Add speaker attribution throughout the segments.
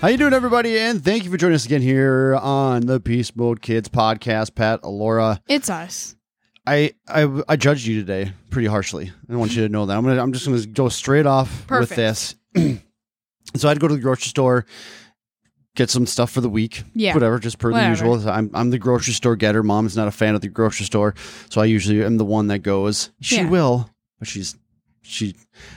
Speaker 1: How you doing, everybody? And thank you for joining us again here on the Peace Mode Kids podcast. Pat, Alora,
Speaker 2: It's us.
Speaker 1: I, I I judged you today pretty harshly. I want you to know that. I'm gonna I'm just gonna go straight off
Speaker 2: Perfect.
Speaker 1: with this. so I'd go to the grocery store, get some stuff for the week.
Speaker 2: Yeah.
Speaker 1: Whatever, just per
Speaker 2: Whatever.
Speaker 1: the usual. I'm I'm the grocery store getter. Mom's not a fan of the grocery store, so I usually am the one that goes. She
Speaker 2: Yeah.
Speaker 1: will, but she's she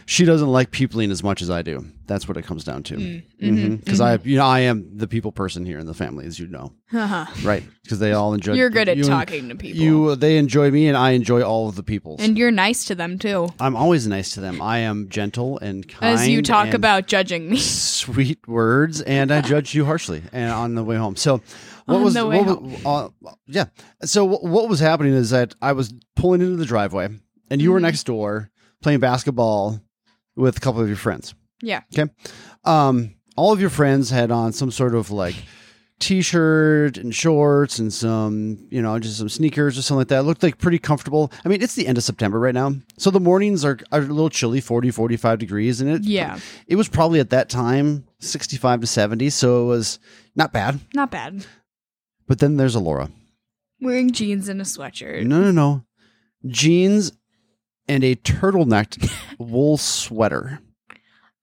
Speaker 1: she doesn't like peopling as much as I do. That's what it comes down to.
Speaker 2: Mm,
Speaker 1: Mm-hmm.
Speaker 2: mhm,
Speaker 1: Because I, you know, I am the people person here in the family, as you know,
Speaker 2: Uh-huh.
Speaker 1: right? Because they all enjoy.
Speaker 2: You're good at
Speaker 1: you-
Speaker 2: talking to people.
Speaker 1: You, they enjoy me, and I enjoy all of the people.
Speaker 2: and you're nice to them too.
Speaker 1: I'm always nice to them. I am gentle and kind.
Speaker 2: As you talk
Speaker 1: and
Speaker 2: about judging me.
Speaker 1: sweet words, and I judge you harshly. And on the way home, so what
Speaker 2: On
Speaker 1: was
Speaker 2: the way
Speaker 1: what was- uh, yeah? So wh- what was happening is that I was pulling into the driveway, and you were
Speaker 2: Mhm.
Speaker 1: next door playing basketball with a couple of your friends.
Speaker 2: Yeah.
Speaker 1: Okay. Um, all of your friends had on some sort of like t-shirt and shorts and some, you know, just some sneakers or something like that. It looked like pretty comfortable. I mean, it's the end of September right now. So the mornings are, are a little chilly, 40, 45 degrees. And it,
Speaker 2: Yeah.
Speaker 1: it was probably at that time 65 to 70. So it was not bad.
Speaker 2: Not bad.
Speaker 1: But then there's Alora.
Speaker 2: Wearing jeans and a sweatshirt.
Speaker 1: No, no, no. Jeans and a turtleneck wool sweater.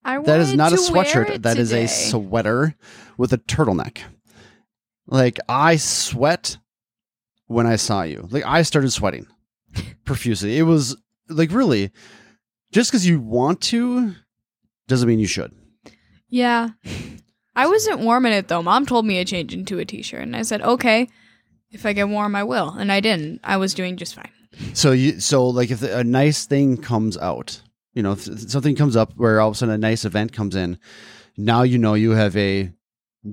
Speaker 2: I
Speaker 1: That is
Speaker 2: wanted
Speaker 1: not a
Speaker 2: to wear
Speaker 1: sweatshirt.
Speaker 2: it
Speaker 1: That is
Speaker 2: today.
Speaker 1: a sweater with a turtleneck. Like I sweat when I saw you. Like I started sweating profusely. It was like really just because you want to doesn't mean you should.
Speaker 2: Yeah. I wasn't warm in it though. Mom told me to change into a t shirt and I said, Okay, if I get warm I will. And I didn't. I was doing just fine.
Speaker 1: So you so like if a nice thing comes out, you know, if something comes up where all of a sudden a nice event comes in, now you know you have a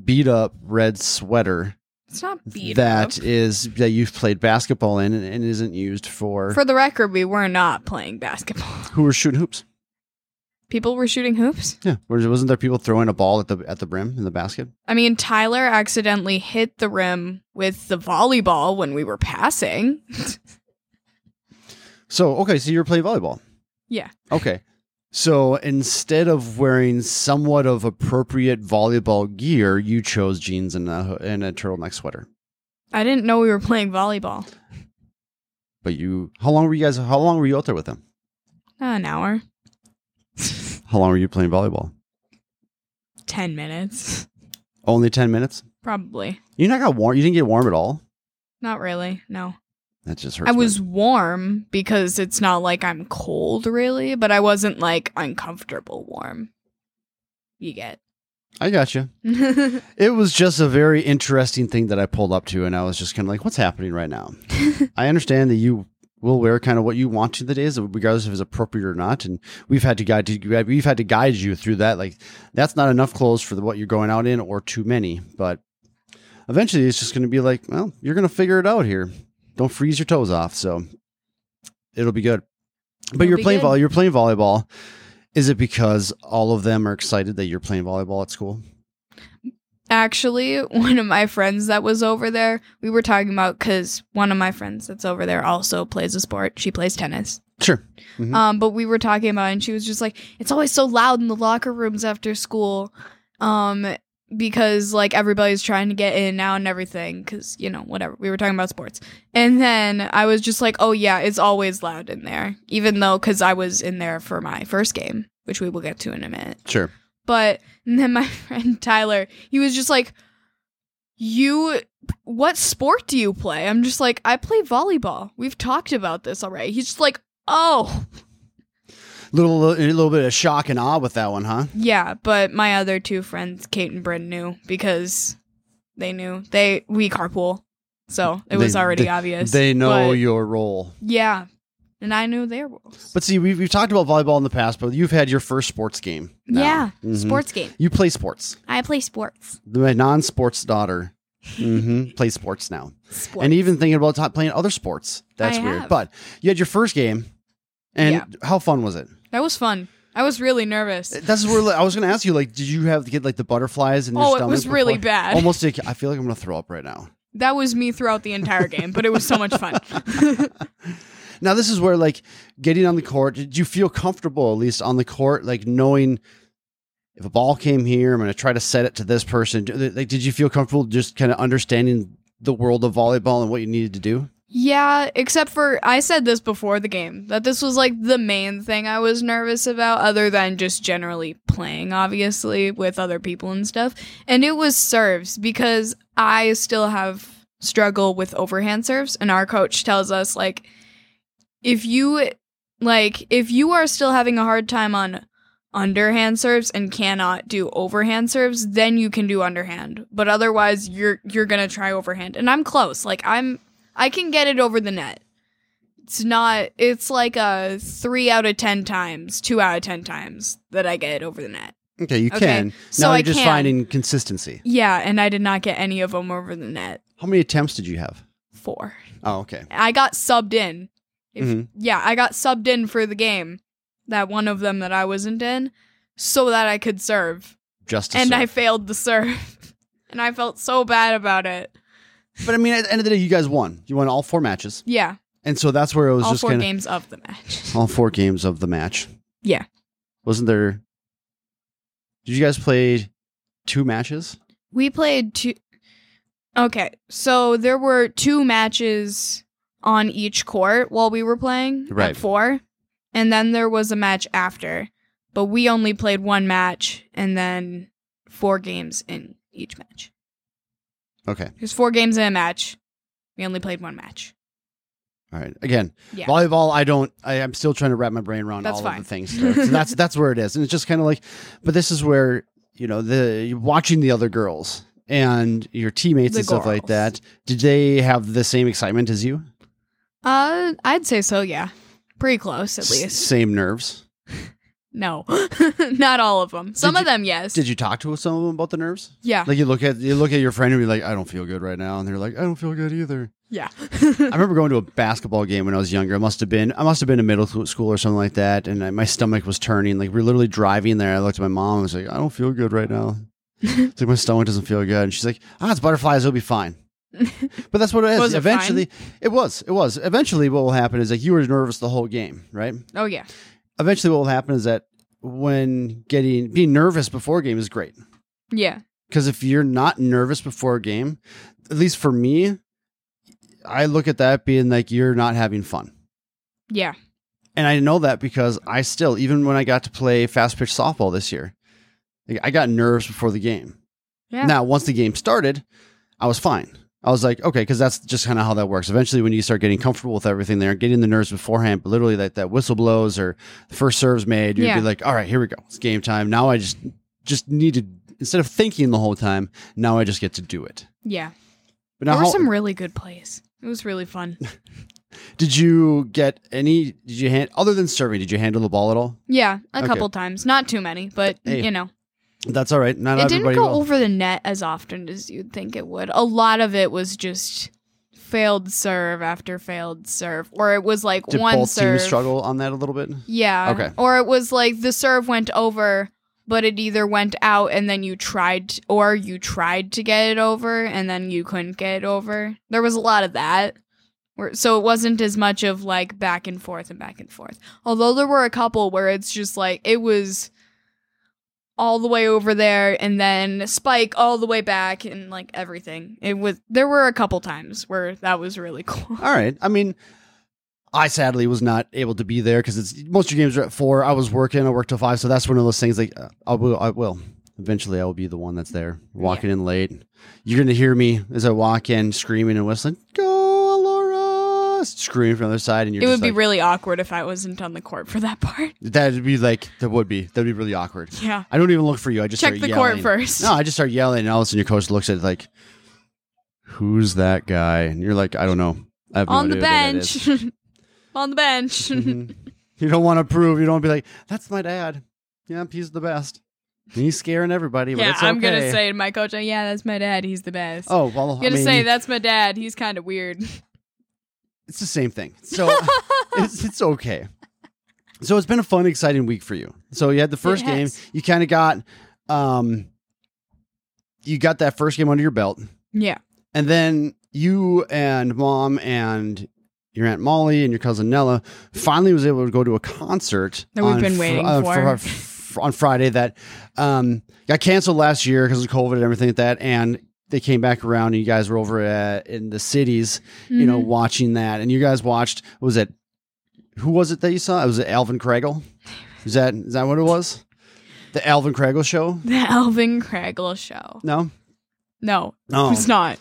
Speaker 1: beat up red sweater
Speaker 2: It's not beat
Speaker 1: that
Speaker 2: up.
Speaker 1: is that you've played basketball in and, and isn't used for,
Speaker 2: For the record, we were not playing basketball.
Speaker 1: who were shooting hoops.
Speaker 2: People were shooting hoops.
Speaker 1: Yeah, Was- wasn't there people throwing a ball at the at the brim in the basket?
Speaker 2: I mean, Tyler accidentally hit the rim with the volleyball when we were passing.
Speaker 1: So okay, so you were playing volleyball.
Speaker 2: Yeah.
Speaker 1: Okay. So instead of wearing somewhat of appropriate volleyball gear, you chose jeans and a ho- and a turtleneck sweater.
Speaker 2: I didn't know we were playing volleyball.
Speaker 1: But you, how long were you guys? How long were you out there with them?
Speaker 2: Not an hour,
Speaker 1: How long were you playing volleyball?
Speaker 2: 10 minutes.
Speaker 1: Only ten minutes.
Speaker 2: Probably.
Speaker 1: You not got warm. You didn't get warm at all.
Speaker 2: Not really. No.
Speaker 1: That just hurts.
Speaker 2: I
Speaker 1: my-
Speaker 2: was warm because it's not like I'm cold really, but I wasn't like uncomfortable warm. You get.
Speaker 1: I got you. It was just a very interesting thing that I pulled up to, and I was just kind of like, "What's happening right now?" I understand that you will wear kind of what you want to the days, regardless if it's appropriate or not. And we've had to guide to, we've had to guide you through that. Like that's not enough clothes for what you're going out in, or too many. But eventually, it's just going to be like, well, you're going to figure it out here. Don't freeze your toes off. So it'll be good. But
Speaker 2: It'll
Speaker 1: you're
Speaker 2: be
Speaker 1: playing
Speaker 2: good.
Speaker 1: volleyball. You're playing volleyball. Is it because all of them are excited that you're playing volleyball at school?
Speaker 2: Actually, one of my friends that was over there, we were talking about cuz one of my friends that's over there also plays a sport. She plays tennis.
Speaker 1: Sure. Mhm.
Speaker 2: Um, but we were talking about, it and she was just like, "It's always so loud in the locker rooms after school, um, because like everybody's trying to get in and out and everything, because you know whatever." We were talking about sports, and then I was just like, "Oh yeah, it's always loud in there," even though because I was in there for my first game, which we will get to in a minute.
Speaker 1: Sure.
Speaker 2: But and then my friend Tyler, he was just like, "You, what sport do you play?" I'm just like, "I play volleyball. We've talked about this already." He's just like, "Oh."
Speaker 1: little a little bit of shock and awe with that one, huh?
Speaker 2: Yeah, but my other two friends, Kate and Bryn, knew because they knew they we carpool, so it was
Speaker 1: They-
Speaker 2: already obvious.
Speaker 1: They know
Speaker 2: But,
Speaker 1: your role.
Speaker 2: yeah, and I knew their rules.
Speaker 1: But see, we've, we've talked about volleyball in the past, but you've had your first sports game. now.
Speaker 2: yeah,
Speaker 1: Mhm.
Speaker 2: sports game.
Speaker 1: You play sports.
Speaker 2: I play sports.
Speaker 1: My non sports daughter hmm plays sports now.
Speaker 2: Sports.
Speaker 1: And even thinking about top playing other sports. That's
Speaker 2: I
Speaker 1: weird.
Speaker 2: have.
Speaker 1: But you had your first game. And how fun was it?
Speaker 2: that was fun. I was really nervous.
Speaker 1: That's where like, I was going to ask you. Like, did you have to get like the butterflies in your
Speaker 2: Oh, it
Speaker 1: stomach
Speaker 2: was really
Speaker 1: before-
Speaker 2: bad.
Speaker 1: Almost, like, I feel like I'm going to throw up right now.
Speaker 2: That was me throughout the entire game, but it was so much fun.
Speaker 1: Now this is where like getting on the court, did you feel comfortable at least on the court, like knowing if a ball came here, I'm going to try to set it to this person. Do- Like, did you feel comfortable just kind of understanding the world of volleyball and what you needed to do?
Speaker 2: Yeah, except for I said this before the game that this was like the main thing I was nervous about, other than just generally playing, obviously, with other people and stuff. And it was serves because I still have struggle with overhand serves, and our coach tells us, like, if you like if you are still having a hard time on underhand serves and cannot do overhand serves then you can do underhand but otherwise you're you're going to try overhand and i'm close like i'm I can get it over the net. It's not. It's like a three out of ten times, two out of ten times that I get it over the net.
Speaker 1: Okay, you
Speaker 2: Okay,
Speaker 1: can.
Speaker 2: so
Speaker 1: now
Speaker 2: I
Speaker 1: you're just
Speaker 2: can.
Speaker 1: finding consistency.
Speaker 2: Yeah, and I did not get any of them over the net.
Speaker 1: How many attempts did you have?
Speaker 2: Four.
Speaker 1: Oh, okay.
Speaker 2: I got subbed in. If,
Speaker 1: Mhm.
Speaker 2: Yeah, I got subbed in for the game. That one of them that I wasn't in, so that I could serve,
Speaker 1: Just to
Speaker 2: and
Speaker 1: serve.
Speaker 2: I failed the serve, and I felt so bad about it.
Speaker 1: But I mean, at the end of the day, you guys won. You won all four matches,
Speaker 2: Yeah,
Speaker 1: and so that's where it was
Speaker 2: all
Speaker 1: just
Speaker 2: four
Speaker 1: kind of
Speaker 2: games of the match.
Speaker 1: all four games of the match.
Speaker 2: Yeah.
Speaker 1: Wasn't there? Did you guys play two matches?
Speaker 2: We played two. Okay, so there were two matches on each court while we were playing
Speaker 1: Right.
Speaker 2: at four, and then there was a match after. But we only played one match, and then four games in each match.
Speaker 1: Okay.
Speaker 2: There's four games in a match. We only played one match.
Speaker 1: All right. Again,
Speaker 2: Yeah.
Speaker 1: volleyball. I don't. I, I'm still trying to wrap my brain around
Speaker 2: That's
Speaker 1: all
Speaker 2: fine.
Speaker 1: of the things. there. So that's that's where it is, and it's just kind of like, but this is where you know the watching the other girls and your teammates
Speaker 2: The
Speaker 1: and stuff like
Speaker 2: girls.
Speaker 1: that. Did they have the same excitement as you?
Speaker 2: Uh, I'd say so. Yeah, pretty close at
Speaker 1: S-
Speaker 2: least.
Speaker 1: same nerves.
Speaker 2: No, not all of them. Some
Speaker 1: Did
Speaker 2: of them, yes.
Speaker 1: Did you talk to some of them about the nerves?
Speaker 2: yeah,
Speaker 1: Like you look at you look at your friend and be like, I don't feel good right now, and they're like, I don't feel good either.
Speaker 2: yeah.
Speaker 1: I remember going to a basketball game when I was younger. I must have been I must have been in middle th- school or something like that, and I, my stomach was turning. Like we were literally driving there. I looked at my mom. and was like, I don't feel good right now. It's like my stomach doesn't feel good, and she's like, Ah, it's butterflies. It'll be fine. But that's what it is.
Speaker 2: Was it
Speaker 1: Eventually, it was. It was. Eventually, what will happen is like you were nervous the whole game, right?
Speaker 2: oh yeah.
Speaker 1: Eventually, what will happen is that when getting being nervous before a game is great.
Speaker 2: Yeah.
Speaker 1: Because if you're not nervous before a game, at least for me, I look at that being like you're not having fun.
Speaker 2: Yeah.
Speaker 1: And I know that because I still, even when I got to play fast pitch softball this year, like, I got nerves before the game.
Speaker 2: Yeah.
Speaker 1: Now, once the game started, I was fine. I was like, okay, because that's just kind of how that works. Eventually, when you start getting comfortable with everything there, getting the nerves beforehand, but literally that, that whistle blows or the first serve's made, you'd
Speaker 2: Yeah.
Speaker 1: be like, all right, here we go. It's game time. Now I just just need to, instead of thinking the whole time, now I just get to do it.
Speaker 2: Yeah.
Speaker 1: But
Speaker 2: There
Speaker 1: now,
Speaker 2: were
Speaker 1: how,
Speaker 2: some really good plays. It was really fun.
Speaker 1: did you get any, did you hand, other than serving, did you handle the ball at all?
Speaker 2: Yeah, a
Speaker 1: Okay.
Speaker 2: couple times. Not too many, but
Speaker 1: Hey,
Speaker 2: you know.
Speaker 1: That's all right. Not
Speaker 2: It didn't
Speaker 1: everybody
Speaker 2: go
Speaker 1: will.
Speaker 2: over the net as often as you'd think it would. A lot of it was just failed serve after failed serve. Or it was like
Speaker 1: Did
Speaker 2: one
Speaker 1: both
Speaker 2: serve.
Speaker 1: teams struggle on that a little bit?
Speaker 2: Yeah.
Speaker 1: Okay.
Speaker 2: Or it was like the serve went over, but it either went out and then you tried or you tried to get it over and then you couldn't get it over. There was a lot of that. Where- So it wasn't as much of like back and forth and back and forth. Although there were a couple where it's just like it was all the way over there and then spike all the way back and like everything. It was there were a couple times where that was really cool.
Speaker 1: All right. I mean, I sadly was not able to be there because it's most of your games are at four. I was working. I worked till five, so that's one of those things. Like uh, I will. I will. Eventually, I will be the one that's there walking in late. You're gonna hear me as I walk in, screaming and whistling. Go, Laura! Screaming from the other side, and you're.
Speaker 2: It would
Speaker 1: just
Speaker 2: be
Speaker 1: like,
Speaker 2: really awkward if I wasn't on the court for that part.
Speaker 1: That'd be like that would be that'd be really awkward.
Speaker 2: Yeah.
Speaker 1: I don't even look for you. I just
Speaker 2: Check
Speaker 1: start
Speaker 2: the court
Speaker 1: yelling.
Speaker 2: first.
Speaker 1: No, I just start yelling, and all of a sudden your coach looks at it like, "Who's that guy?" And you're like, "I don't know." I have no
Speaker 2: on the
Speaker 1: idea who that is."
Speaker 2: bench. on the bench.
Speaker 1: Mhm. you don't want to prove. You don't be like, "That's my dad." Yep, he's the best. And he's scaring everybody. but
Speaker 2: yeah,
Speaker 1: it's
Speaker 2: I'm gonna
Speaker 1: okay.
Speaker 2: say to my coach, yeah, that's my dad. He's the best.
Speaker 1: Oh well,
Speaker 2: I'm
Speaker 1: I
Speaker 2: gonna
Speaker 1: mean,
Speaker 2: say that's my dad. He's kind of weird.
Speaker 1: it's the same thing. So it's it's okay. So it's been a fun, exciting week for you. So you had the first
Speaker 2: It
Speaker 1: game.
Speaker 2: has.
Speaker 1: You kind of got, um, you got that first game under your belt,
Speaker 2: yeah,
Speaker 1: and then you and mom and your aunt Molly and your cousin Nella finally was able to go to a concert
Speaker 2: That we've
Speaker 1: on
Speaker 2: been
Speaker 1: Fr-
Speaker 2: waiting
Speaker 1: uh,
Speaker 2: for.
Speaker 1: fr- fr- on Friday that um, got canceled last year because of COVID and everything like that, and they came back around and you guys were over at, in the cities, you
Speaker 2: Mm-hmm.
Speaker 1: know, watching that, and you guys watched what was it? Who was it that you saw? It was Alvin Kragel. Is that is that what it was? The Alvin Kragel show?
Speaker 2: the Alvin Craggle show.
Speaker 1: No,
Speaker 2: No,
Speaker 1: no,
Speaker 2: it's not.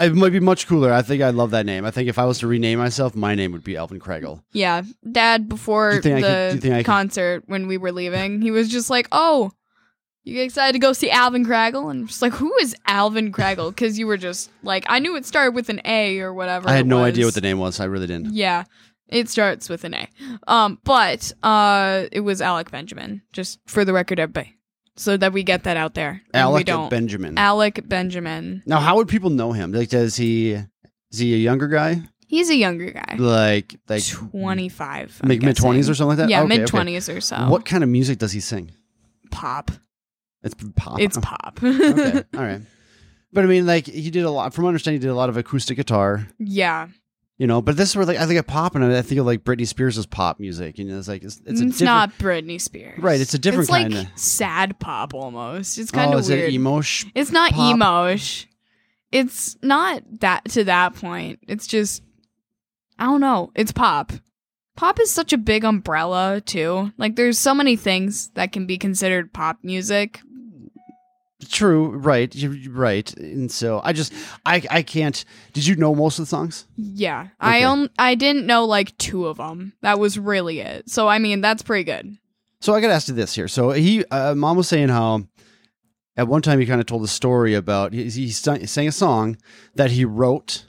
Speaker 1: It might be much cooler. I think I love that name. I think if I was to rename myself, my name would be Alvin Kregel.
Speaker 2: Yeah, Dad
Speaker 1: Do
Speaker 2: before
Speaker 1: you think I could- do you think I
Speaker 2: the
Speaker 1: could-
Speaker 2: concert when we were leaving, he was just like, "Oh, you excited to go see Alvin Craggle?" And I'm just like, "Who is Alvin Craggle?" Because you were just like, "I knew it started with an A or whatever."
Speaker 1: I had
Speaker 2: it
Speaker 1: no
Speaker 2: was.
Speaker 1: idea what the name was. I really didn't.
Speaker 2: Yeah, it starts with an A. Um, but uh, it was Alec Benjamin. Just for the record, everybody, so that we get that out there. and we
Speaker 1: Alec
Speaker 2: don't.
Speaker 1: Benjamin.
Speaker 2: Alec Benjamin.
Speaker 1: now, how would people know him? Like, does he is he a younger guy?
Speaker 2: He's a younger guy,
Speaker 1: Like, like
Speaker 2: twenty five,
Speaker 1: mid twenties or something like that?
Speaker 2: yeah,
Speaker 1: Okay, okay.
Speaker 2: mid twenties or so.
Speaker 1: What kind of music does he sing?
Speaker 2: pop?
Speaker 1: It's pop.
Speaker 2: It's pop.
Speaker 1: Uh-huh. okay. All right. But I mean, like he did a lot. From my understanding, he did a lot of acoustic guitar.
Speaker 2: yeah,
Speaker 1: You know, but this is where like I think of pop, and I think of like Britney Spears' pop music. You know, it's like it's, it's,
Speaker 2: Mm, it's,
Speaker 1: a different,
Speaker 2: not Britney Spears.
Speaker 1: Right, it's a different
Speaker 2: It's like
Speaker 1: kinda-
Speaker 2: sad pop almost. It's kind
Speaker 1: Oh,
Speaker 2: of
Speaker 1: is
Speaker 2: weird.
Speaker 1: it emo? sh-
Speaker 2: it's not
Speaker 1: pop?
Speaker 2: emo-ish. It's not that to that point. It's just I don't know. It's pop. Pop is such a big umbrella too. Like there's so many things that can be considered pop music.
Speaker 1: True, right, you- you- right. And so I just, I, I can't. Did you know most of the songs?
Speaker 2: Yeah.
Speaker 1: Okay.
Speaker 2: I on, I didn't know like two of them. That was really it. So I mean, that's pretty good.
Speaker 1: So I got to ask you this here. So he, uh, mom was saying how at one time he kind of told a story about he, he sang sang a song that he wrote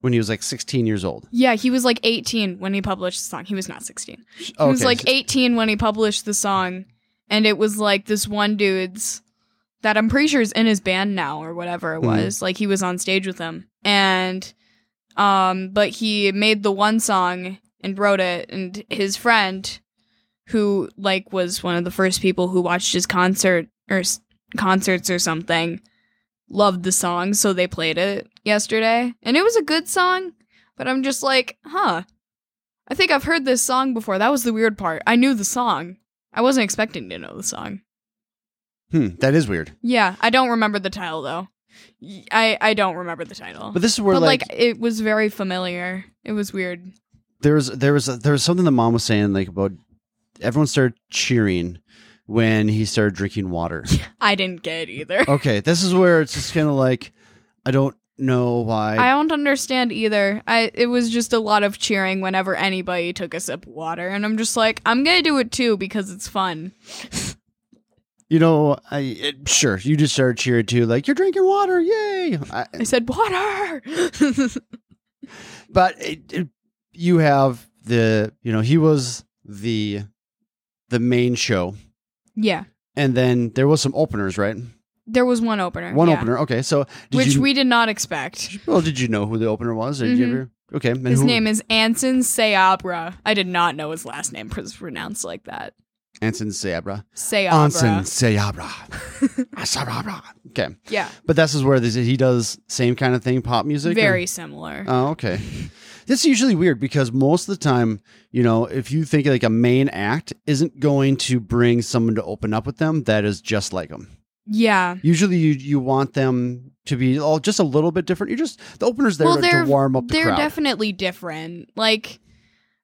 Speaker 1: when he was like 16 years old.
Speaker 2: Yeah, he was like 18 when he published the song. He was not 16.
Speaker 1: Oh, Okay.
Speaker 2: He was like 18 when he published the song, and it was like this one dude's that I'm pretty sure is in his band now or whatever it
Speaker 1: Mhm.
Speaker 2: was. Like he was on stage with him, and um, but he made the one song and wrote it, and his friend, who like was one of the first people who watched his concert or s- concerts or something, loved the song, so they played it yesterday, and it was a good song. But I'm just like, huh. I think I've heard this song before. That was the weird part. I knew the song. I wasn't expecting to know the song.
Speaker 1: hmm, that is weird.
Speaker 2: Yeah, I don't remember the title though. Y- I I don't remember the title.
Speaker 1: But this is where
Speaker 2: But,
Speaker 1: like,
Speaker 2: like, it was very familiar. It was weird.
Speaker 1: there was there was there was something that mom was saying like about everyone started cheering when he started drinking water.
Speaker 2: I didn't get it either.
Speaker 1: okay, this is where it's just kind of like I don't know why.
Speaker 2: I don't understand either. I it was just a lot of cheering whenever anybody took a sip of water and I'm just like, I'm going to do it too because it's fun.
Speaker 1: You know, I it, sure you just started cheering too, like you're drinking water, yay! I,
Speaker 2: I said water.
Speaker 1: but it, it, you have the, you know, he was the the main show,
Speaker 2: yeah.
Speaker 1: and then there was some openers, right?
Speaker 2: There was one opener.
Speaker 1: One
Speaker 2: yeah,
Speaker 1: opener, okay. So did
Speaker 2: which
Speaker 1: you,
Speaker 2: we did not expect.
Speaker 1: well, did you know who the opener was? Or Did you
Speaker 2: Mhm.
Speaker 1: ever? Okay, and
Speaker 2: his
Speaker 1: who-
Speaker 2: name is Anson Seabra. I did not know his last name was pronounced like that.
Speaker 1: Anson Seabra.
Speaker 2: Seabra.
Speaker 1: Anson Seabra. Seabra. Okay,
Speaker 2: Yeah,
Speaker 1: but this is where this, he does same kind of thing, pop music. or-
Speaker 2: very similar.
Speaker 1: Oh, okay. This is usually weird because most of the time, you know, if you think like a main act isn't going to bring someone to open up with them that is just like them.
Speaker 2: yeah.
Speaker 1: Usually, you you want them to be all just a little bit different. You're just the opener's there
Speaker 2: Well,
Speaker 1: to- to
Speaker 2: they're-
Speaker 1: warm up the
Speaker 2: They're
Speaker 1: crowd.
Speaker 2: definitely different. Like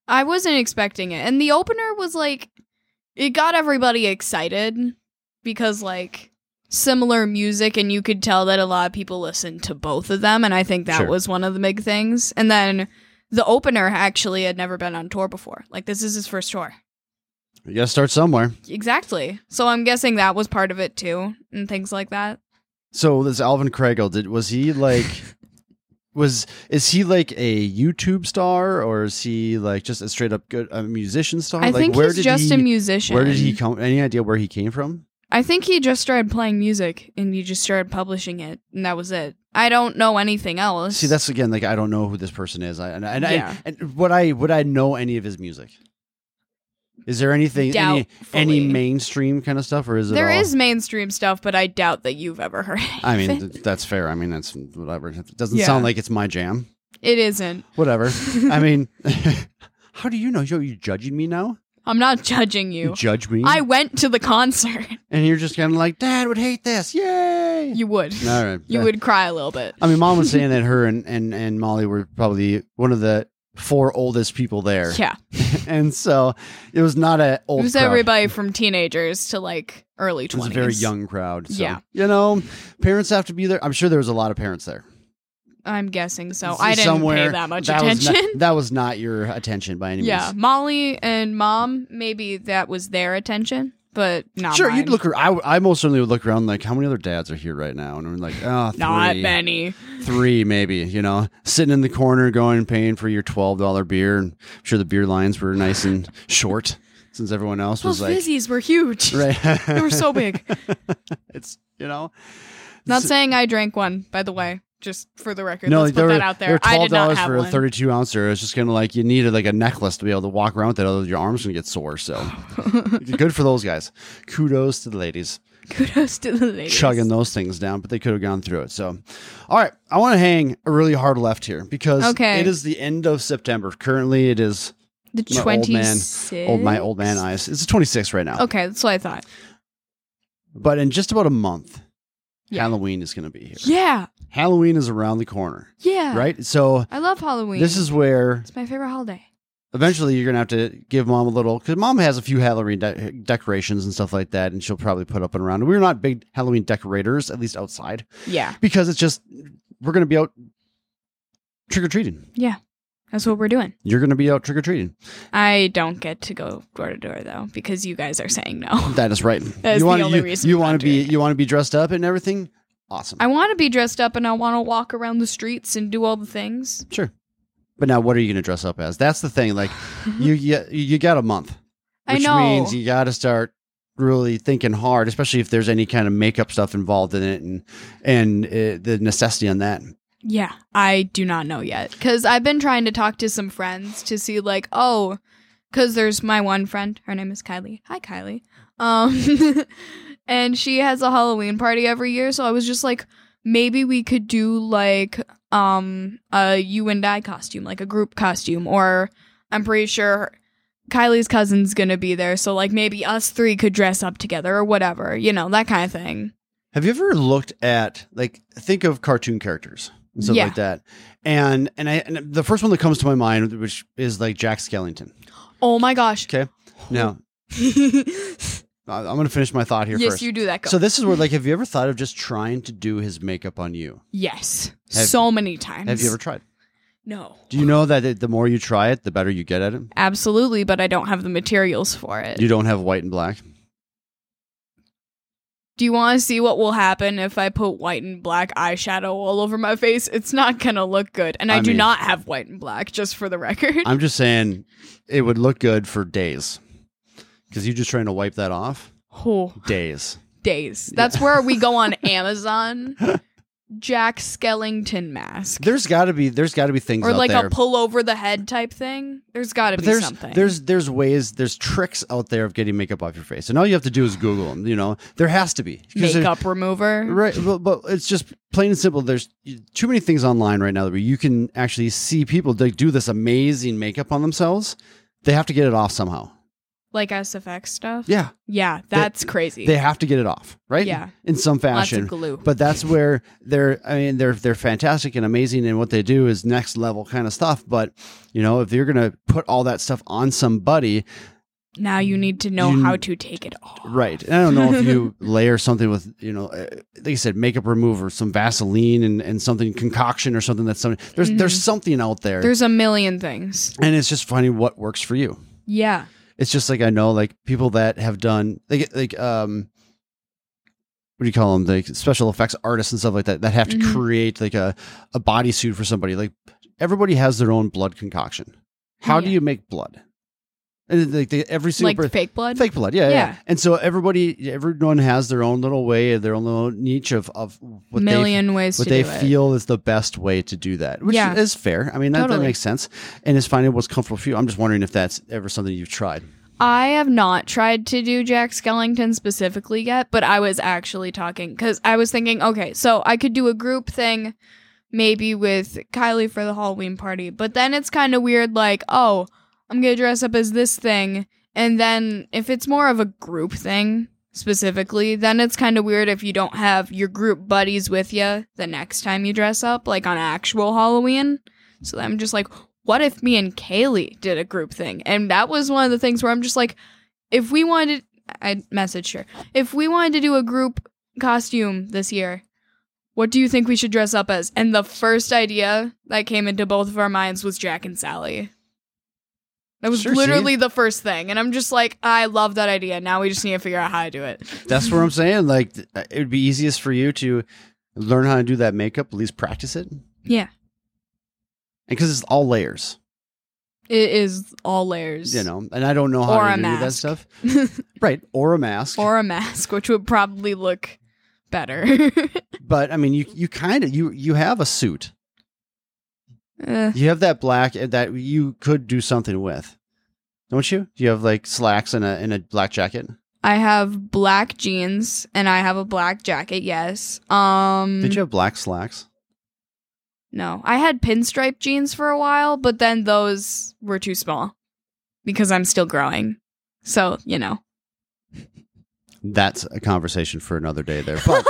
Speaker 2: I wasn't expecting it. And the opener was like it got everybody excited because like similar music and you could tell that a lot of people listened to both of them and I think that
Speaker 1: Sure.
Speaker 2: was one of the big things. And then the opener actually had never been on tour before. Like this is his first tour.
Speaker 1: you gotta start somewhere.
Speaker 2: Exactly. So I'm guessing that was part of it too, and things like that.
Speaker 1: So this Alvin Kregel did was he like was is he like a YouTube star or is he like just a straight up good a musician star?
Speaker 2: I
Speaker 1: like
Speaker 2: think
Speaker 1: where
Speaker 2: he's
Speaker 1: did
Speaker 2: just
Speaker 1: he,
Speaker 2: a musician.
Speaker 1: Where did he come? Any idea where he came from?
Speaker 2: I think he just started playing music and he just started publishing it, and that was it. I don't know anything else.
Speaker 1: See, that's again like I don't know who this person is. I and, and
Speaker 2: Yeah.
Speaker 1: I and would I would I know any of his music? Is there anything any, any
Speaker 2: Doubtfully.
Speaker 1: mainstream kind of stuff or is it
Speaker 2: There
Speaker 1: all-
Speaker 2: is mainstream stuff, but I doubt that you've ever heard.
Speaker 1: I
Speaker 2: of
Speaker 1: mean,
Speaker 2: it.
Speaker 1: th- that's fair. I mean, that's whatever. It doesn't
Speaker 2: Yeah.
Speaker 1: sound like it's my jam.
Speaker 2: it isn't.
Speaker 1: Whatever. I mean, how do you know? Yo, you judging me now?
Speaker 2: I'm not judging
Speaker 1: You
Speaker 2: you.
Speaker 1: judge me,
Speaker 2: I went to the concert.
Speaker 1: and you're just kind of like, Dad would hate this. Yay!
Speaker 2: You would.
Speaker 1: All right.
Speaker 2: You
Speaker 1: Uh,
Speaker 2: would cry a little bit.
Speaker 1: I mean, Mom was saying that her and and and Molly were probably one of the four oldest people there,
Speaker 2: Yeah.
Speaker 1: and so it was not a old.
Speaker 2: It was
Speaker 1: crowd.
Speaker 2: everybody from teenagers to like early 20s.
Speaker 1: It was a very young crowd. So,
Speaker 2: Yeah.
Speaker 1: you know, parents have to be there. I'm sure there was a lot of parents there.
Speaker 2: I'm guessing so.
Speaker 1: S-
Speaker 2: I didn't pay
Speaker 1: somewhere,
Speaker 2: that
Speaker 1: was
Speaker 2: much attention.
Speaker 1: not- that was not your attention by any means.
Speaker 2: yeah. Molly and mom, maybe that was their attention, but not
Speaker 1: sure,
Speaker 2: mine.
Speaker 1: you'd look. ar- I, w- I most certainly would look around like, how many other dads are here right now? And I'm like, oh, three,
Speaker 2: Not many.
Speaker 1: three maybe. You know, sitting in the corner, going paying for your twelve dollar beer. And I'm sure the beer lines were nice and short since everyone else was
Speaker 2: Those
Speaker 1: like,
Speaker 2: fizzies were huge. They
Speaker 1: right.
Speaker 2: were so big.
Speaker 1: it's you know,
Speaker 2: Not
Speaker 1: So-
Speaker 2: saying I drank one, by the way, just for the record.
Speaker 1: no,
Speaker 2: Let's
Speaker 1: they
Speaker 2: put
Speaker 1: were,
Speaker 2: that out
Speaker 1: they
Speaker 2: there.
Speaker 1: were
Speaker 2: I
Speaker 1: twelve
Speaker 2: did not
Speaker 1: dollars
Speaker 2: have
Speaker 1: for a
Speaker 2: one.
Speaker 1: thirty-two ouncer. It's just kind of like you needed like a necklace to be able to walk around with it. Otherwise, your arms gonna get sore. So good for those guys. Kudos to the ladies.
Speaker 2: Kudos to the ladies.
Speaker 1: chugging those things down, but they could have gone through it. So, all right, I want to hang a really hard left here because
Speaker 2: Okay.
Speaker 1: it is the end of September. Currently, it is
Speaker 2: The
Speaker 1: my old
Speaker 2: twenty
Speaker 1: man- old my old man eyes. It's the 26th right now,
Speaker 2: Okay, that's what I thought.
Speaker 1: but in just about a month,
Speaker 2: Yeah.
Speaker 1: Halloween is going to be here.
Speaker 2: Yeah,
Speaker 1: Halloween is around the corner,
Speaker 2: yeah.
Speaker 1: right? So
Speaker 2: I love Halloween.
Speaker 1: this is where
Speaker 2: it's my favorite holiday.
Speaker 1: eventually you're going to have to give mom a little because mom has a few Halloween de- decorations and stuff like that, and she'll probably put up and around. We're not big Halloween decorators, at least outside.
Speaker 2: Yeah,
Speaker 1: because it's just we're going to be out trick or treating.
Speaker 2: that's what we're doing.
Speaker 1: You're going to be out trick or treating.
Speaker 2: I don't get to go door to door though because you guys are saying no.
Speaker 1: That is right.
Speaker 2: That is
Speaker 1: you
Speaker 2: the
Speaker 1: wanna-
Speaker 2: only
Speaker 1: you,
Speaker 2: reason
Speaker 1: you
Speaker 2: we're
Speaker 1: want
Speaker 2: not
Speaker 1: to be
Speaker 2: doing
Speaker 1: you want to be dressed up and everything. Awesome.
Speaker 2: I want to be dressed up and I want to walk around the streets and do all the things.
Speaker 1: sure. But now, what are you going to dress up as? That's the thing. Like you you, you got a month,
Speaker 2: I
Speaker 1: which
Speaker 2: know.
Speaker 1: means you got to start really thinking hard, especially if there's any kind of makeup stuff involved in it and and uh, the necessity on that.
Speaker 2: Yeah, I do not know yet because I've been trying to talk to some friends to see like oh, because there's my one friend. Her name is Kylie. Hi, Kylie. Um, and she has a Halloween party every year. So I was just like, maybe we could do like um a you and I costume, like a group costume, or I'm pretty sure. Kylie's cousin's gonna be there, so like maybe us three could dress up together or whatever, you know, that kind of thing.
Speaker 1: Have you ever looked at like think of cartoon characters and stuff
Speaker 2: Yeah.
Speaker 1: like that? And and I and the first one that comes to my mind, which is like Jack Skellington.
Speaker 2: Oh my gosh.
Speaker 1: Okay, now
Speaker 2: yes,
Speaker 1: I- I'm going to finish my thought here first.
Speaker 2: you do that. Go.
Speaker 1: so this is where like, have you ever thought of just trying to do his makeup on you?
Speaker 2: Yes.
Speaker 1: Have-
Speaker 2: so many times.
Speaker 1: Have you ever tried?
Speaker 2: No.
Speaker 1: Do you know that it- the more you try it, the better you get at it?
Speaker 2: Absolutely, but I don't have the materials for it.
Speaker 1: You don't have white and black.
Speaker 2: Do you want to see what will happen if I put white and black eyeshadow all over my face? It's not going to look good. And I,
Speaker 1: I
Speaker 2: do
Speaker 1: mean-
Speaker 2: not have white and black, just for the record.
Speaker 1: I'm just saying, it would look good for days because you're just trying to wipe that off.
Speaker 2: oh,
Speaker 1: Days.
Speaker 2: days. That's where we go on Amazon. Jack Skellington mask.
Speaker 1: There's got to be there's got to be things
Speaker 2: Or
Speaker 1: out
Speaker 2: like
Speaker 1: there.
Speaker 2: a pull over the head type thing. There's got to
Speaker 1: But
Speaker 2: be
Speaker 1: there's
Speaker 2: something.
Speaker 1: there's there's ways there's tricks out there of getting makeup off your face, and all you have to do is Google them. You know, there has to be 'Cause there-
Speaker 2: makeup remover.
Speaker 1: right? But, but it's just plain and simple. There's too many things online right now that you can actually see people that do this amazing makeup on themselves. They have to get it off somehow.
Speaker 2: Like SFX stuff.
Speaker 1: Yeah,
Speaker 2: Yeah, that's crazy.
Speaker 1: they have to get it off, right?
Speaker 2: Yeah.
Speaker 1: in some
Speaker 2: Lots
Speaker 1: fashion.
Speaker 2: of glue.
Speaker 1: But that's where they're. I mean, they're they're fantastic and amazing, and what they do is next level kind of stuff. But you know, if you're gonna put all that stuff on somebody,
Speaker 2: Now you need to know
Speaker 1: You-
Speaker 2: how to take it off.
Speaker 1: Right. And I don't know if you layer something with, you know, uh, like you said, makeup remover, some Vaseline and, and something concoction or something that's something. There's
Speaker 2: Mhm.
Speaker 1: there's something out there.
Speaker 2: There's a million things.
Speaker 1: and it's just finding what works for you.
Speaker 2: Yeah.
Speaker 1: It's just like I know like people that have done like like um what do you call them? Like special effects artists and stuff like that that have to
Speaker 2: Mhm.
Speaker 1: create like a a bodysuit for somebody. Like everybody has their own blood concoction. How do
Speaker 2: Yeah.
Speaker 1: you make blood? And like they, every single
Speaker 2: Like
Speaker 1: person
Speaker 2: fake blood?
Speaker 1: fake blood yeah, yeah
Speaker 2: Yeah.
Speaker 1: and so everybody everyone has their own little way their own little niche of of what
Speaker 2: million ways
Speaker 1: they what
Speaker 2: to
Speaker 1: they
Speaker 2: do it.
Speaker 1: feel is the best way to do that which
Speaker 2: Yeah.
Speaker 1: is fair i mean that, that
Speaker 2: Totally.
Speaker 1: makes sense and it's finding what's comfortable for you i'm just wondering if that's ever something you've tried
Speaker 2: I have not tried to do Jack Skellington specifically yet, but I was actually talking because I was thinking, okay, so I could do a group thing maybe with Kylie for the Halloween party, but then it's kind of weird, like, oh, I'm going to dress up as this thing And then if it's more of a group thing specifically, then it's kind of weird if you don't have your group buddies with you the next time you dress up, like on actual Halloween. So I'm just like, what if me and Kaylee did a group thing? And that was one of the things where I'm just like, if we wanted, I messaged her, if we wanted to do a group costume this year, what do you think we should dress up as? And the first idea that came into both of our minds was Jack and Sally. That was
Speaker 1: Sure, see?
Speaker 2: literally the first thing. And I'm just like, I love that idea. Now we just need to figure out how to do it.
Speaker 1: That's what I'm saying. Like, th- uh, it would be easiest for you to learn how to do that makeup, at least practice it. And
Speaker 2: Yeah.
Speaker 1: because it's all layers,
Speaker 2: It is all layers.
Speaker 1: you know, and I don't know how
Speaker 2: Or
Speaker 1: to
Speaker 2: a
Speaker 1: do that
Speaker 2: mask.
Speaker 1: stuff. Right. Or a mask.
Speaker 2: or a mask, which would probably look better.
Speaker 1: but I mean, you, you kind of, you, you have a suit.
Speaker 2: Eh,
Speaker 1: You have that black uh, that you could do something with. Don't you? You have like slacks and a, and a black jacket.
Speaker 2: I have black jeans and I have a black jacket, yes. Um
Speaker 1: Did you have black slacks?
Speaker 2: No. I had pinstripe jeans for a while, but then those were too small because I'm still growing. So, you know.
Speaker 1: That's a conversation for another day there. But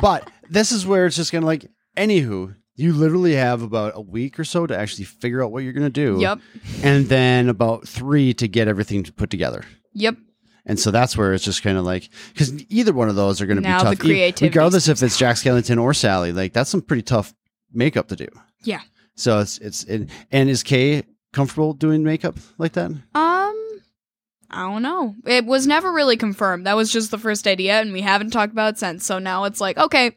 Speaker 1: but this is where it's just gonna like anywho you literally have about a week or so to actually figure out what you're gonna do
Speaker 2: yep.
Speaker 1: and then about three to get everything to put together
Speaker 2: Yep.
Speaker 1: and so that's where it's just kind of like because either one of those are gonna
Speaker 2: Now
Speaker 1: be
Speaker 2: the
Speaker 1: tough E-
Speaker 2: creativity
Speaker 1: regardless if it's jack skellington or sally like that's some pretty tough makeup to do
Speaker 2: Yeah.
Speaker 1: so it's it's and, and is kay comfortable doing makeup like that
Speaker 2: Um I don't know. It was never really confirmed. That was just the first idea and we haven't talked about it since. So now it's like, okay,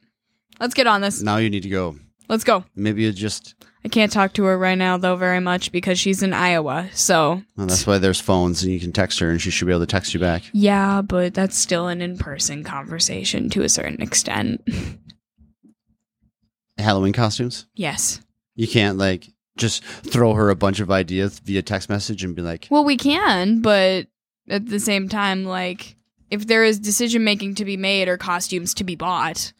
Speaker 2: let's get on this.
Speaker 1: now you need to go
Speaker 2: Let's go.
Speaker 1: maybe you just
Speaker 2: I can't talk to her right now though very much because she's in Iowa. So
Speaker 1: well, that's why there's phones and you can text her and she should be able to text you back
Speaker 2: yeah, but that's still an in-person conversation to a certain extent.
Speaker 1: halloween costumes
Speaker 2: yes.
Speaker 1: You can't like just throw her a bunch of ideas via text message and be like,
Speaker 2: Well, we can, but at the same time, like if there is decision making to be made or costumes to be bought,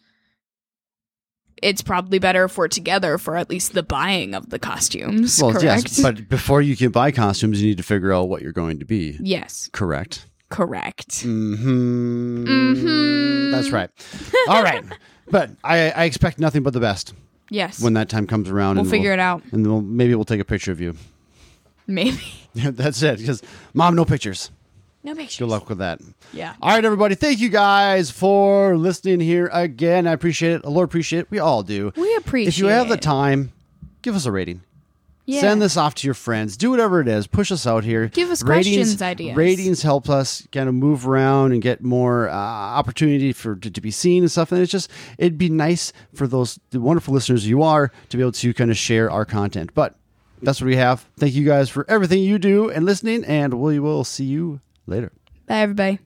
Speaker 2: it's probably better if we're together for at least the buying of the costumes.
Speaker 1: "Well,
Speaker 2: correct?
Speaker 1: yes, but before you can buy costumes, you need to figure out what you're going to be."
Speaker 2: yes,
Speaker 1: Correct.
Speaker 2: correct.
Speaker 1: Mm. Hmm.
Speaker 2: Mhm.
Speaker 1: That's right. All right, but I, I expect nothing but the best
Speaker 2: Yes,
Speaker 1: when that time comes around.
Speaker 2: we'll
Speaker 1: and
Speaker 2: figure it out.
Speaker 1: And we'll, maybe we'll take a picture of you.
Speaker 2: Maybe
Speaker 1: That's it. Because mom, no pictures.
Speaker 2: no pictures.
Speaker 1: Good luck with that.
Speaker 2: Yeah.
Speaker 1: All right, everybody. Thank you guys for listening here again. I appreciate it. Lord, appreciate it. We all do.
Speaker 2: We appreciate.
Speaker 1: if you have the
Speaker 2: it.
Speaker 1: time, give us a rating.
Speaker 2: yeah.
Speaker 1: Send this off to your friends. Do whatever it is. Push us out here.
Speaker 2: Give us questions, ideas.
Speaker 1: Ratings help us kind of move around and get more uh, opportunity for to, to be seen and stuff. And it's just it'd be nice for those the wonderful listeners you are to be able to kind of share our content. But that's what we have. Thank you guys for everything you do and listening, and we will see you later.
Speaker 2: Bye, everybody.